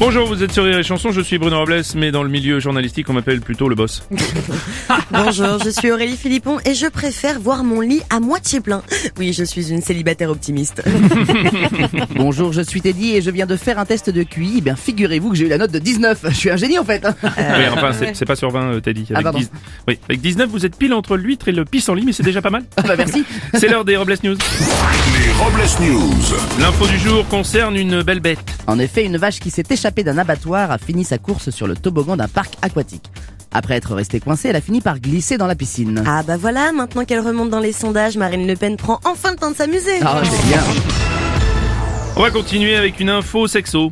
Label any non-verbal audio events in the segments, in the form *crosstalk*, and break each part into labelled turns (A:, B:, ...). A: Bonjour, vous êtes sur Rire et Chanson, je suis Bruno Robles, mais dans le milieu journalistique, on m'appelle plutôt le boss.
B: Bonjour, je suis Aurélie Philippon et je préfère voir mon lit à moitié plein. Oui, je suis une célibataire optimiste.
C: Bonjour, je suis Teddy et je viens de faire un test de QI. Eh bien, figurez-vous que j'ai eu la note de 19. Je suis un génie en fait.
A: oui, enfin, c'est c'est pas sur 20, euh, Teddy. Avec,
C: Ah. pardon.
A: oui. Avec 19, vous êtes pile entre l'huître et le pissenlit, mais c'est déjà pas mal.
C: *laughs* Bah merci.
A: *laughs* C'est l'heure des Robles News.
D: Les Robles News.
A: L'info du jour concerne une belle bête.
C: En effet, une vache qui s'est échappée d'un abattoir a fini sa course sur le toboggan d'un parc aquatique. Après être restée coincée, elle a fini par glisser dans la piscine.
B: Ah bah voilà, maintenant qu'elle remonte dans les sondages, Marine Le Pen prend enfin le temps de s'amuser.
C: Ah, c'est bien.
A: On va continuer avec une info sexo.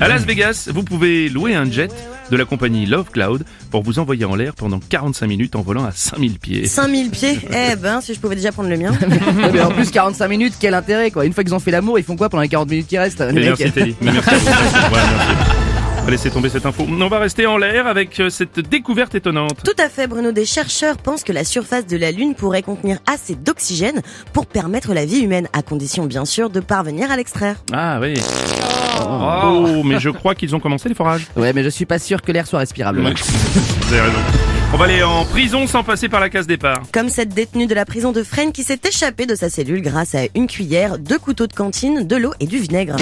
A: À Las Vegas, vous pouvez louer un jet de la compagnie Love Cloud pour vous envoyer en l'air pendant 45 minutes en volant à 5000 pieds.
B: 5000 pieds, eh ben si je pouvais déjà prendre le mien.
C: Ouais, mais Eh en plus, 45 minutes, quel intérêt quoi. Une fois qu'ils ont fait l'amour, ils font quoi pendant les 40 minutes qui restent les
A: Mais
C: mecs
A: Eh Merci Teddy. Mais merci à vous. *laughs* Ouais, merci. On va laisser tomber cette info. On va rester en l'air avec euh, cette découverte étonnante.
B: Tout à fait Bruno, des chercheurs pensent que la surface de la Lune pourrait contenir assez d'oxygène pour permettre la vie humaine, à condition bien sûr de parvenir à l'extraire.
A: Ah oui. oh mais je crois qu'ils ont commencé les forages.
C: Ouais, mais je suis pas sûr que l'air soit respirable.
A: Ouais. Vous avez raison. On va aller en prison sans passer par la case départ.
B: Comme cette détenue de la prison de Fresnes qui s'est échappée de sa cellule grâce à une cuillère, deux couteaux de cantine, de l'eau et du vinaigre.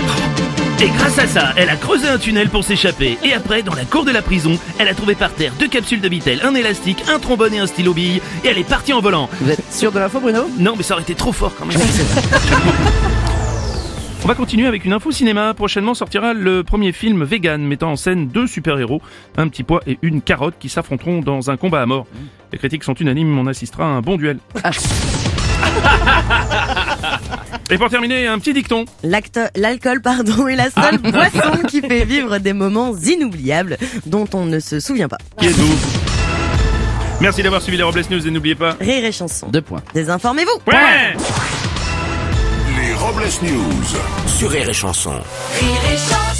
E: Et grâce à ça, elle a creusé un tunnel pour s'échapper. Et après, dans la cour de la prison, elle a trouvé par terre deux capsules de Vitel, un élastique, un trombone et un stylo bille. Et elle est partie en volant.
C: Vous êtes sûr de l'info, Bruno
E: Non, mais ça aurait été trop fort quand même.
A: *laughs* On va continuer avec une info cinéma. Prochainement sortira le premier film vegan mettant en scène deux super-héros, un petit pois et une carotte qui s'affronteront dans un combat à mort. Les critiques sont unanimes, on assistera à un bon duel. *laughs* Et pour terminer, un petit dicton.
B: L'acte- L'alcool, pardon, est la seule boisson qui fait vivre des moments inoubliables dont on ne se souvient pas.
A: Qui est doux. Merci d'avoir suivi les Robles News et n'oubliez pas.
B: Rire et chanson.
C: Deux points.
B: Désinformez-vous.
A: Ouais
D: Les Robles News.
F: Sur Rire et Chanson.
G: Rire et chanson.